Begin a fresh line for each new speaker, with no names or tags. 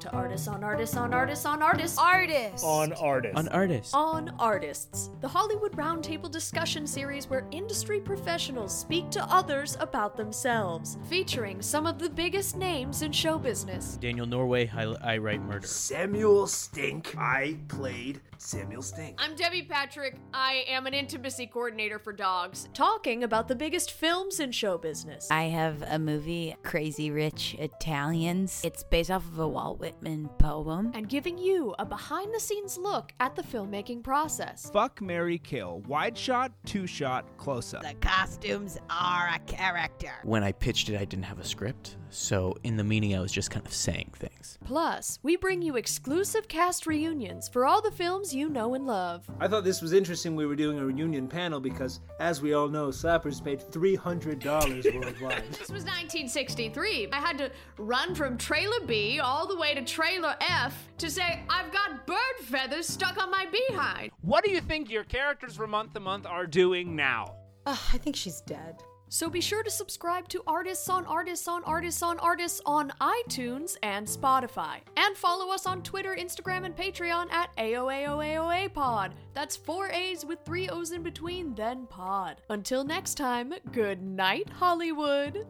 to artists on artists on artists on artists
Artists.
on artists.
on artists.
on artists, the Hollywood Roundtable discussion series where industry professionals speak to others about themselves, featuring some of the biggest names in show business.
Daniel Norway, I, I write murder.
Samuel Stink. I played Samuel Stink.
I'm Debbie Patrick. I am an intimacy coordinator for dogs, talking about the biggest films in show business.
I have a movie, Crazy Rich Italians. It's based off of a Walt Whitman poem.
and giving you a behind the scenes look at the filmmaking process.
Fuck Mary Kill. Wide shot, two shot, close up.
The costumes are a character.
When I pitched it, I didn't have a script, so in the meeting, I was just kind of saying things.
Plus, we bring you exclusive cast reunions for all the films you know and love.
I thought this was interesting. We were doing a reunion panel because, as we all know, slappers made three hundred dollars worldwide.
This was 1963. I had to run from trailer B all the way to trailer F to say, I've got bird feathers stuck on my behind.
What do you think your characters from month to month are doing now?
Ugh, I think she's dead.
So be sure to subscribe to Artists on Artists on Artists on Artists on iTunes and Spotify. And follow us on Twitter, Instagram, and Patreon at AOAOAOA Pod. That's four A's with three O's in between, then pod. Until next time, good night, Hollywood.